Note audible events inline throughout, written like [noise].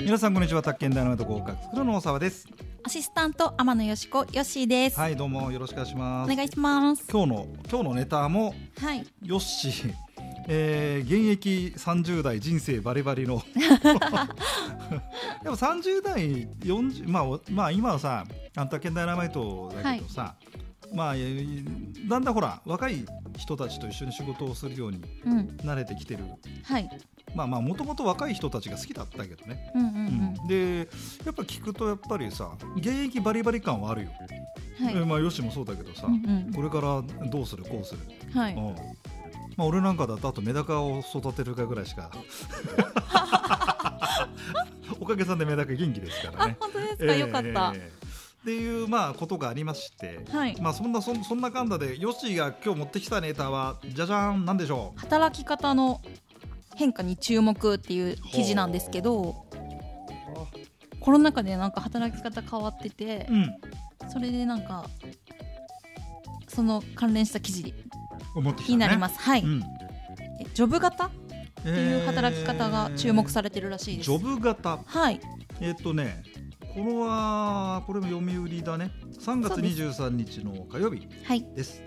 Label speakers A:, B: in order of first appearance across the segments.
A: 皆さんこんにちは宅建ダイナマイト合格プロの大沢です
B: アシスタント天野よしこよっしーです、
A: はいどうもよろしくお願いしま
B: お
A: す
B: 願いします
A: 今日の今日のネタも
B: はい
A: よっしー、えー、現役30代人生バリバリ
B: [laughs]
A: のでも30代40、まあお、まあ今はさあんた県大ラマイトだけどさ、まあえーだんだんほら若い人たちと一緒に仕事をするように
B: うん
A: 慣れてきてる
B: はい
A: まあまあもともと若い人たちが好きだったけどね、
B: うんうん
A: うんでやっぱ聞くとやっぱりさ現役バリバリ感はあるよ、
B: うんはい
A: えーまあよしもそうだけどさ、
B: うんうん
A: これからどうするこうする
B: はい
A: うんまあ、俺なんかだとあとメダカを育てるかぐらいし
B: [laughs]
A: かおかげさんでメダカ元気ですから
B: あ
A: ね。
B: 本当です
A: え
B: か、
A: え
B: よかった
A: え、えっていうまあことがありまして、
B: はい
A: まあ、そんなそんそんなかんだでヨッシーが今日持ってきたネタはじゃじゃーんなんでしょう
B: 働き方の変化に注目っていう記事なんですけどコロナ禍でなんか働き方変わってて
A: う、ん
B: それでなんかその関連した記事
A: 持ってきた、ね、、
B: になりますす、はい、
A: うん、っ
B: えジョブ型っていう働き方が注目さ
A: れ
B: れてるらしいです、
A: ジョブ型
B: はい
A: えっとねこれはこれも読売だね3月
B: そうです
A: 23日の火曜日
B: はい
A: です。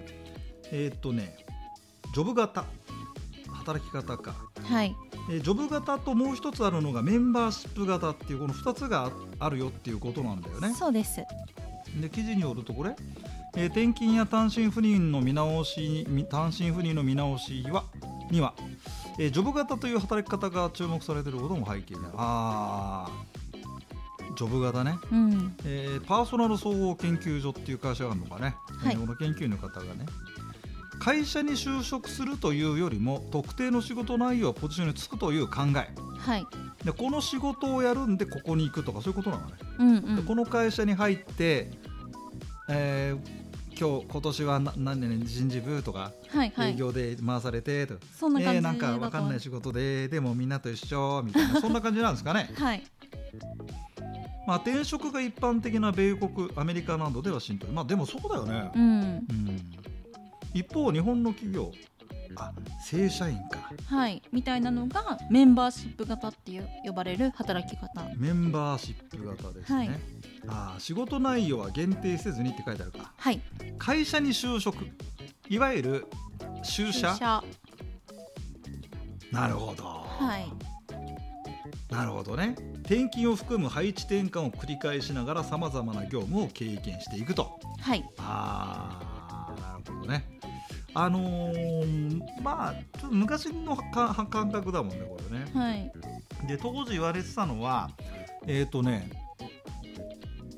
A: えーっとね、ジョブ型、働き方か、
B: はい
A: えージョブ型ともう一つあるのがメンバーシップ型っていう、この2つがああるよっていうことなんだよね。
B: そうです
A: で記事によると、これ、えー転勤や単身赴任の見直し、み単身赴任の見直しはには、えージョブ型という働き方が注目されていることも背景にある。あージョブ型ね、
B: うん
A: えーパーソナル総合研究所っていう会社があるのかね、
B: はい
A: えーこの研究員の方がね会社に就職するというよりも特定の仕事内容ポジションに就くという考え
B: はい
A: でこの仕事をやるんでここに行くとかそういうことなのね、
B: うんう
A: で
B: ん
A: この会社に入って、えー今日今年はな何年人事部とか
B: はいは
A: 営
B: い
A: 業で回されてとか、
B: そんな感
A: え
B: じ
A: ー
B: だ
A: なん
B: と
A: か分かんない仕事ででもみんなと一緒みたいなそんな感じなんですかね
B: はい
A: まあ、転職が一般的な米国アメリカなどでは浸透まあでもそうだよね
B: う、ん
A: うん一方日本の企業あ正社員か
B: はいみたいなのがメンバーシップ型っていう呼ばれる働き方
A: メンバーシップ型ですね、
B: はい
A: あ仕事内容は限定せずにって書いてあるか
B: はい
A: 会社に就職いわゆる就社なるほど、
B: はい
A: なるほどね転勤を含む配置転換を繰り返しながらさまざまな業務を経験していくと
B: はい
A: あーなるほどね。あのーまあちょっと昔のか感覚だもんねこれね。
B: はい
A: で当時言われてたのはえっ、とね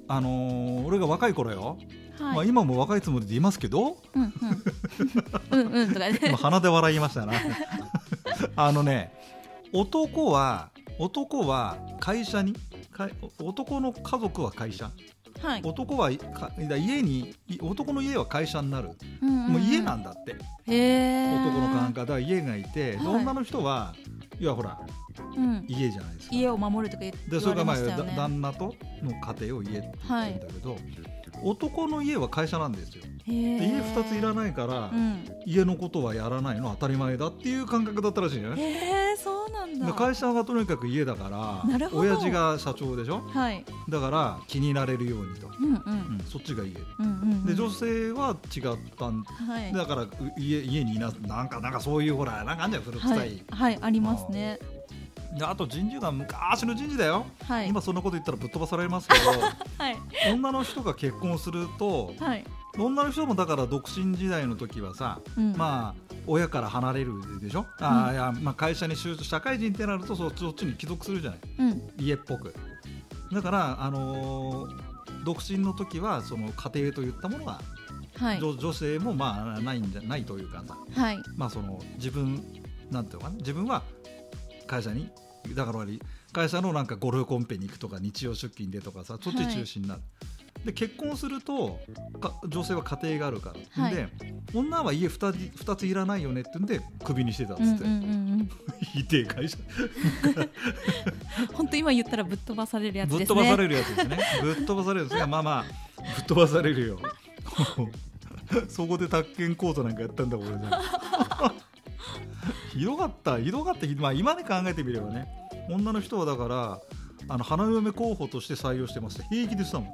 A: あのー俺が若い頃よ、ま
B: は
A: あ、
B: い
A: 今も若いつもりでいますけど
B: うんうんうんうんとか
A: 今
B: ね
A: 鼻で笑いましたな [laughs] あのね男は男は会社にか男の家族は会社
B: はい
A: 男はか家にい男の家は会社になるもう家なんだって
B: へえ
A: 男の感覚だから家がいて、
B: はい
A: 女の人は要はほら
B: うん
A: 家じゃないですか
B: 家を守るとか言
A: で
B: 言
A: それが
B: われ
A: ま
B: ま
A: あ、
B: したよ
A: だ
B: ね
A: 旦那との家庭を家って言ってるんだけど、男の家は会社なんですよ
B: へ
A: で
B: え
A: 家2ついらないから、
B: うん
A: 家のことはやらないの当たり前だっていう感覚だったらしいよね
B: へえそうなん
A: で
B: だ
A: 会社がとにかく家だから
B: なるほど
A: 親父が社長でしょ
B: はい
A: だから気になれるようにと、
B: うんう
A: うんんそっちが家で
B: うんうんうん
A: 女性は違ったん
B: はい
A: だからう家家にいななんかなんかそういうほらなんかあんじゃん古臭
B: はいいはいありますね
A: であと人事が昔の人事だよ、
B: はい
A: 今そんなこと言ったらぶっ飛ばされますけど [laughs]
B: はい
A: 女の人が結婚すると
B: はい
A: 女の人もだから独身時代の時はさ、
B: うん
A: まあ親から離れるでしょ、あーいやまあ、会社に就社会人ってなるとそっちそっちに帰属するじゃない
B: うん
A: 家っぽくだから、あのー独身の時はその家庭といったものが、
B: はい
A: 女女性もまあないんじゃないというかさ、
B: はい
A: まあ、その自分なんていうのかな自分は会社にだから会社のなんかゴルフコンペに行くとか日曜出勤でとかさそっち中心になる、で結婚するとか女性は家庭があるから、
B: はい
A: で女は家 2, 二ついらないよねって言うんでクビにしてたっつって、
B: う
A: [laughs]
B: んうんうん
A: ひでえ会社
B: うん本当今言ったらぶっ飛ばされるやつです
A: ぶっ飛
B: ね
A: ばされるやつです
B: [laughs]
A: ねぶっ飛ばされるんですがまあまあぶっ飛ばされ [laughs] るよそこで宅建講座なんかやったんだ俺じゃ [laughs] ひどかったひどかった、まあ、今で考えてみればね女の人はだからあの花嫁候補として採用してますって平気でしたもん、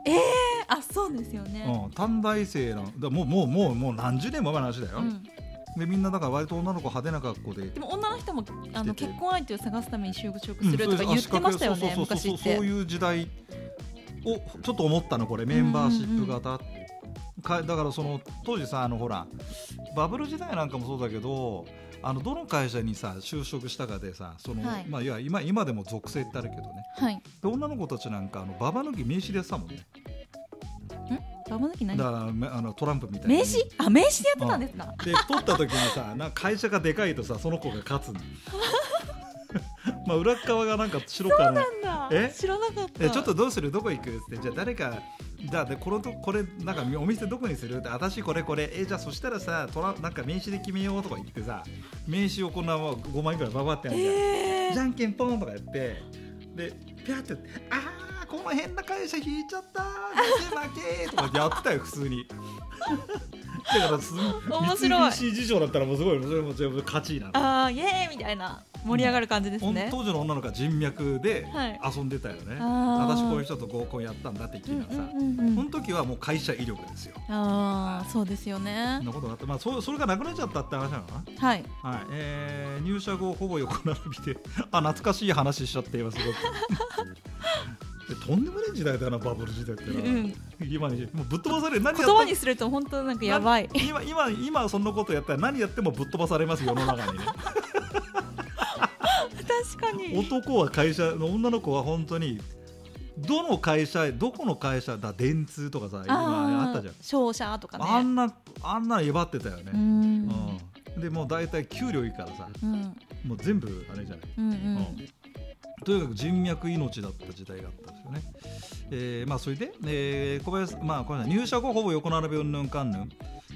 B: あそうですよね、
A: うん、短大生なんだもうもうもうもう何十年も前の話だよ、
B: うん
A: でみんなだから割と女の子派手な格好で
B: でも女の人もあの
A: してて
B: 結婚相手を探すために就職するとか言ってましたよね、
A: うんそうです
B: 昔
A: そうそうそうそうそう
B: って。
A: いう時代をちょっと思ったのこれメンバーシップ型、かだからその当時さあのほらバブル時代なんかもそうだけどあのどの会社にさ就職したかでさその、
B: はい
A: い、まあいや今今でも属性ってあるけどね
B: はい、
A: で女の子たちなんかあのババ抜き名刺でやってたもんね
B: ババ抜き
A: だ
B: 何
A: からめあのトランプみたいに
B: 名刺あ名刺でやってたんですか、
A: で取った時にさなんか会社がでかいとさその子が勝つの [laughs] まあ裏っ側がなんか白から
B: なんだ
A: え
B: 知らなかった
A: えちょっとどうするどこ行くっつってじゃあ誰かじゃあでこのとこれなんかお店どこにするって私これこれえじゃあそしたらさトラなんか名刺で決めようとか言ってさ名刺をこんな5枚ぐらいババってやるじゃん、
B: え
A: じゃんけんポンとかやってでピャって「あーこの変な会社引いちゃったー負け負け」とかやってたよ普通に。だからす
B: 面白い
A: 三菱事情だったらもうすごいそれも全部勝ちなの、
B: あーイエーイみたいな盛り上がる感じです
A: ほん
B: ね、
A: 当時の女の子は人脈で
B: はい
A: 遊んでたよね、
B: あー
A: 私こういう人と合コンやったんだって聞
B: う
A: い
B: ん
A: うたらさ、
B: んうんう
A: そ
B: ん
A: の時はもう会社威力ですよ。
B: ああそうですよね
A: そんなことがあって、まあ、そうそれがなくなっちゃったって話なのかな。
B: はい
A: はい、えー入社後ほぼ横並びであ懐かしい話しちゃって今す
B: [laughs]
A: ごくでとんでもない時代だなバブル時代って
B: う
A: な、
B: ん
A: 今にもうぶっ飛ばされる何や
B: 言
A: った
B: 葉にすると本当なんかやばい
A: 今今今そんなことやったら何やってもぶっ飛ばされます世の中に
B: [laughs]
A: ね
B: 確かに
A: 男は会社の女の子は本当にどの会社どこの会社だ電通とかさ今あったじゃん
B: ー商社とかね
A: あんなあんな威張ってたよね、
B: うん
A: うん、でもう大体給料いいからさ
B: うん
A: もう全部あれじゃない、
B: うんう
A: うん
B: ん
A: とにかく人脈命だった時代があったんですよね、えーまあ、それで、えー小林まあ、これ入社後ほぼ横並びうんぬんかんぬん、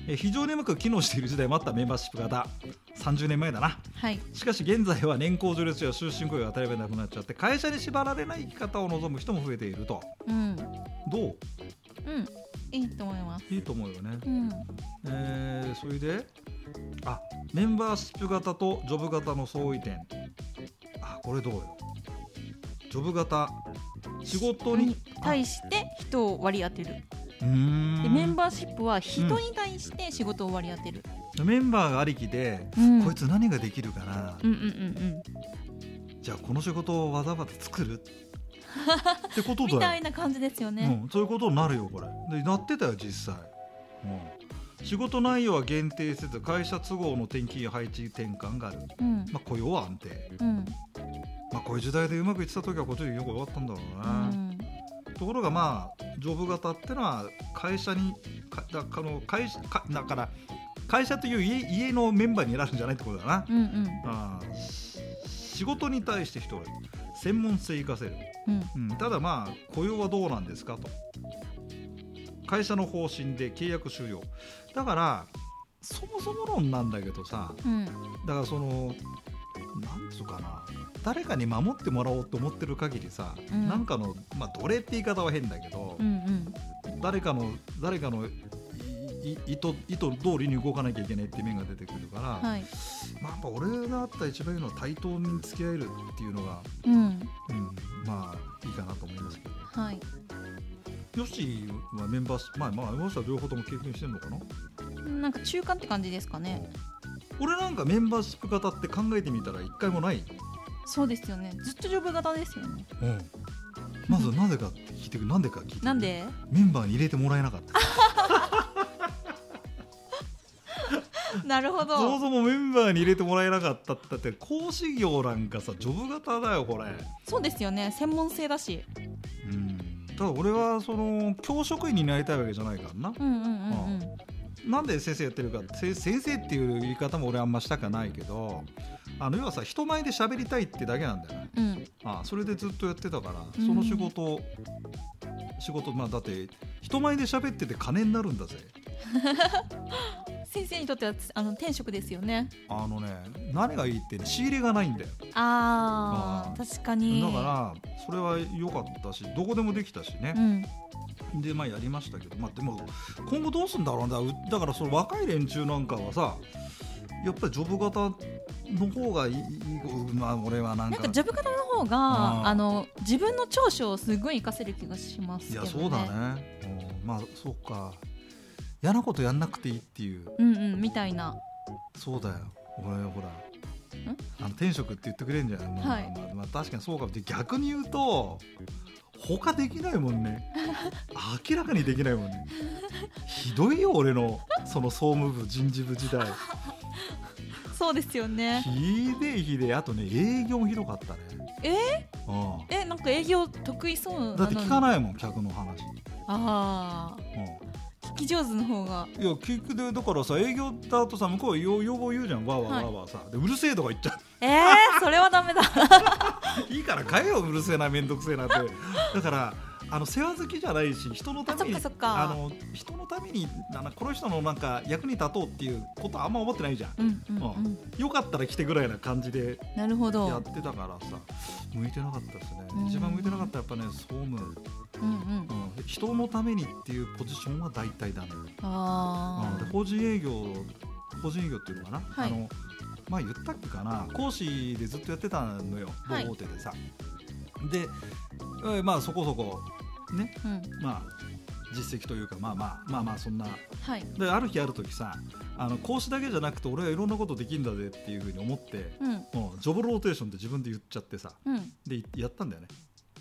A: えー非常にうまく機能している時代もあったメンバーシップ型30年前だな
B: はい
A: しかし現在は年功序列や終身雇用が当たり前なくなっちゃって会社に縛られない生き方を望む人も増えていると
B: うん
A: どう
B: うんいいと思います
A: いいと思うよね
B: うん
A: えーそれであメンバーシップ型とジョブ型の相違点あこれどうよジョブ型仕事に
B: 対して人を割り当てる
A: うーん
B: でメンバーシップは人に対して仕事を割り当てる、
A: メンバーがありきで、
B: うん
A: こいつ何ができるかな、
B: うんうんうん
A: じゃあこの仕事をわざわざ作るってこ
B: う
A: と
B: [laughs] んみ
A: だ
B: た
A: よ、
B: いな感じですよね、
A: うん、そういうことになるよこれでなってたよ実際、うん、仕事内容は限定せず会社都合の転勤や配置転換がある、
B: うん
A: まあ、雇用は安定
B: うん
A: まあ、こういう時代でうまくいってた時はこっちでよく良かったんだろう
B: う
A: な、
B: ん
A: ところがまあジョブ型ってのは会社にかだかの会社かだから会社という家家のメンバーになるんじゃないってことだな、
B: うんうん
A: ああし仕事に対して人がいる専門性活かせる、
B: うん
A: うん、ただまあ雇用はどうなんですかと会社の方針で契約終了だからそもそも論なんだけどさ、
B: うん
A: だからそのなんつうかな誰かに守ってもらおうと思ってる限りさ、
B: うん
A: なんかの、まあ、奴隷って言い方は変だけど
B: う、ん
A: 誰かの誰かのいい意図意図通りに動かなきゃいけないって面が出てくるから、
B: うんはい
A: まあ、やっぱ俺があった一番いいのは対等に付き合えるっていうのが、
B: うん
A: うん、まあいいかなと思いますけど
B: はい
A: ヨッシーはメンバーシまあまあヨッシーは両方とも経験してるのかな
B: なんか中間って感じですかね
A: 俺なんかメンバーシップ型って考えてみたら一回もない
B: そうですよねずっとジョブ型ですよね
A: うん、まずなぜかって聞いてくるなんでか聞いてくる
B: なんで
A: メンバーに入れてもらえなかった
B: なるほ
A: そも
B: ど
A: そもメンバーに入れてもらえなかったってだって講師業なんかさジョブ型だよこれ
B: そうですよね専門性だし
A: うんただ俺はその教職員になりたいわけじゃないからな
B: うんうんうんうん
A: なんで先生やってるかせ先生っていう言い方も俺あんましたくないけどあの要はさ人前で喋りたいってだけなんだよね
B: うん
A: あそれでずっとやってたから
B: うん
A: その仕事を、仕事まあだって人前で喋ってて金になるんだぜ
B: 先生にとってはあの転職ですよね
A: あのね何がいいってね仕入れがないんだよあ
B: あー確かに
A: だからそれは良かったしどこでもできたし
B: う
A: ね、
B: ん
A: でまあやりましたけど、まあ、でも今後どうすんだろうなだからその若い連中なんかはさやっぱりジョブ型の方がいい、まあ、俺はなん
B: なん
A: か
B: かジョブ型の方
A: う
B: が
A: ん
B: あの自分の長所をすごい活かせる気がします
A: い
B: け
A: や
B: どね。
A: そうだね、うん、まあそうか嫌なことやんなくていいっていう
B: うんうんみたいな。
A: そうだよ俺ほらあの転職って言ってくれるんじゃない、まあ
B: はい
A: まあまあ確かにそうかもって逆に言うと他できないもん
B: [laughs]
A: ね明らかにできないもんねひどいよ俺のその総務部人事部時
B: [laughs]
A: 代
B: そうですよね。
A: ひでえひでえあとね営業もひどかったね
B: え
A: うん
B: えなんか営業得意そうなのに。
A: だって聞かないもん客の話、
B: あ
A: うん
B: あ聞き上手の方が。
A: いや聞くでだからさ営業だとさ向こう要要望言うじゃんわーわー
B: は
A: わ
B: い
A: ーわーさ、でうるせえとか言っちゃ
B: え [laughs] ー、それはダメだ。
A: ういいから帰よううるせえな面倒くせえなってだからあの世話好きじゃないし人のために
B: あそっかそっか
A: あの人のためにあのこの人のなんか役に立とうっていうことあんま思ってないじゃん
B: うんうんうん。
A: よかったら来てぐらいな感じで
B: なるほ
A: やっ
B: ど。
A: てたからさ向いてなかったですね、
B: うん
A: 一番向いてなかったやっぱね総務、うん
B: うんうん。
A: 人のためにっていうポジションは大体だね
B: あ
A: うん
B: あ。
A: 法人営業法人営業っていうのかな、
B: はい
A: あのまあ言ったっけかな講師でずっとやってたのよ
B: はい
A: 某大手でさ、でえーまあそこそこね
B: うん
A: まあ実績というかまあまあまあまあそんな
B: はい。
A: である日ある時さあの講師だけじゃなくて俺はいろんなことできんだぜっていうふうに思って、
B: うん
A: うん、ジョブローテーションって自分で言っちゃってさ
B: うん
A: でやったんだよね、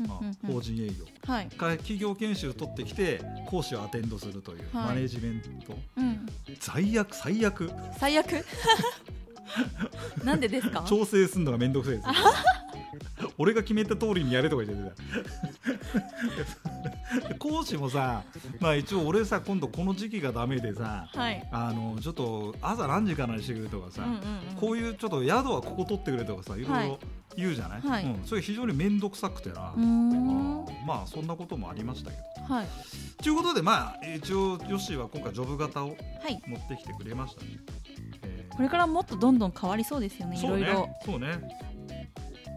B: うん
A: う
B: うん
A: ん
B: う
A: 法
B: ん。
A: 人営業
B: はい。
A: から企業研修取ってきて講師をアテンドするという、
B: はい
A: マネジメント
B: うん。
A: 罪悪最悪
B: 最悪。なんでですか。
A: 調整するのが面倒くさ [laughs] いです、俺が決めた通りにやれとか言ってたで [laughs] 講師もさ、まあ、一応俺さ今度この時期がダメでさ
B: はい。
A: あのちょっと朝何時からにしてくれとかさ、
B: うんうんうん。
A: こういうちょっと宿はここ取ってくれとかさいろいろ言うじゃない、
B: はい
A: うん、それ非常に面倒くさくてな、
B: うーん。は
A: あーまあそんなこともありましたけど。
B: い。
A: ということでまあ一応ヨッシーは今回ジョブ型を
B: はい。
A: 持ってきてくれましたね。えー
B: これからもっとどんどん変わりそうですよね。い
A: そう
B: ろい
A: ね
B: ろ。
A: そうね、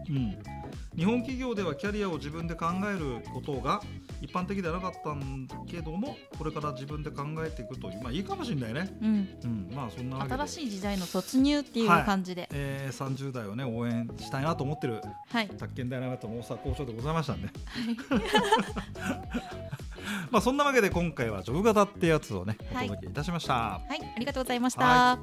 A: うん、日本企業ではキャリアを自分で考えることが一般的ではなかったんけどもこれから自分で考えていくというまあいいかもしれないね、
B: うん。
A: うん、まあそんなわけで
B: 新しい時代の突入っていう感じで。
A: えー、30代をね応援したいなと思ってる
B: はい。
A: 宅建大学と大阪校長でございましたんで、 [laughs] まあそんなわけで今回はジョブ型ってやつをねお届けいたしました。
B: はい。ありがとうございました。
A: は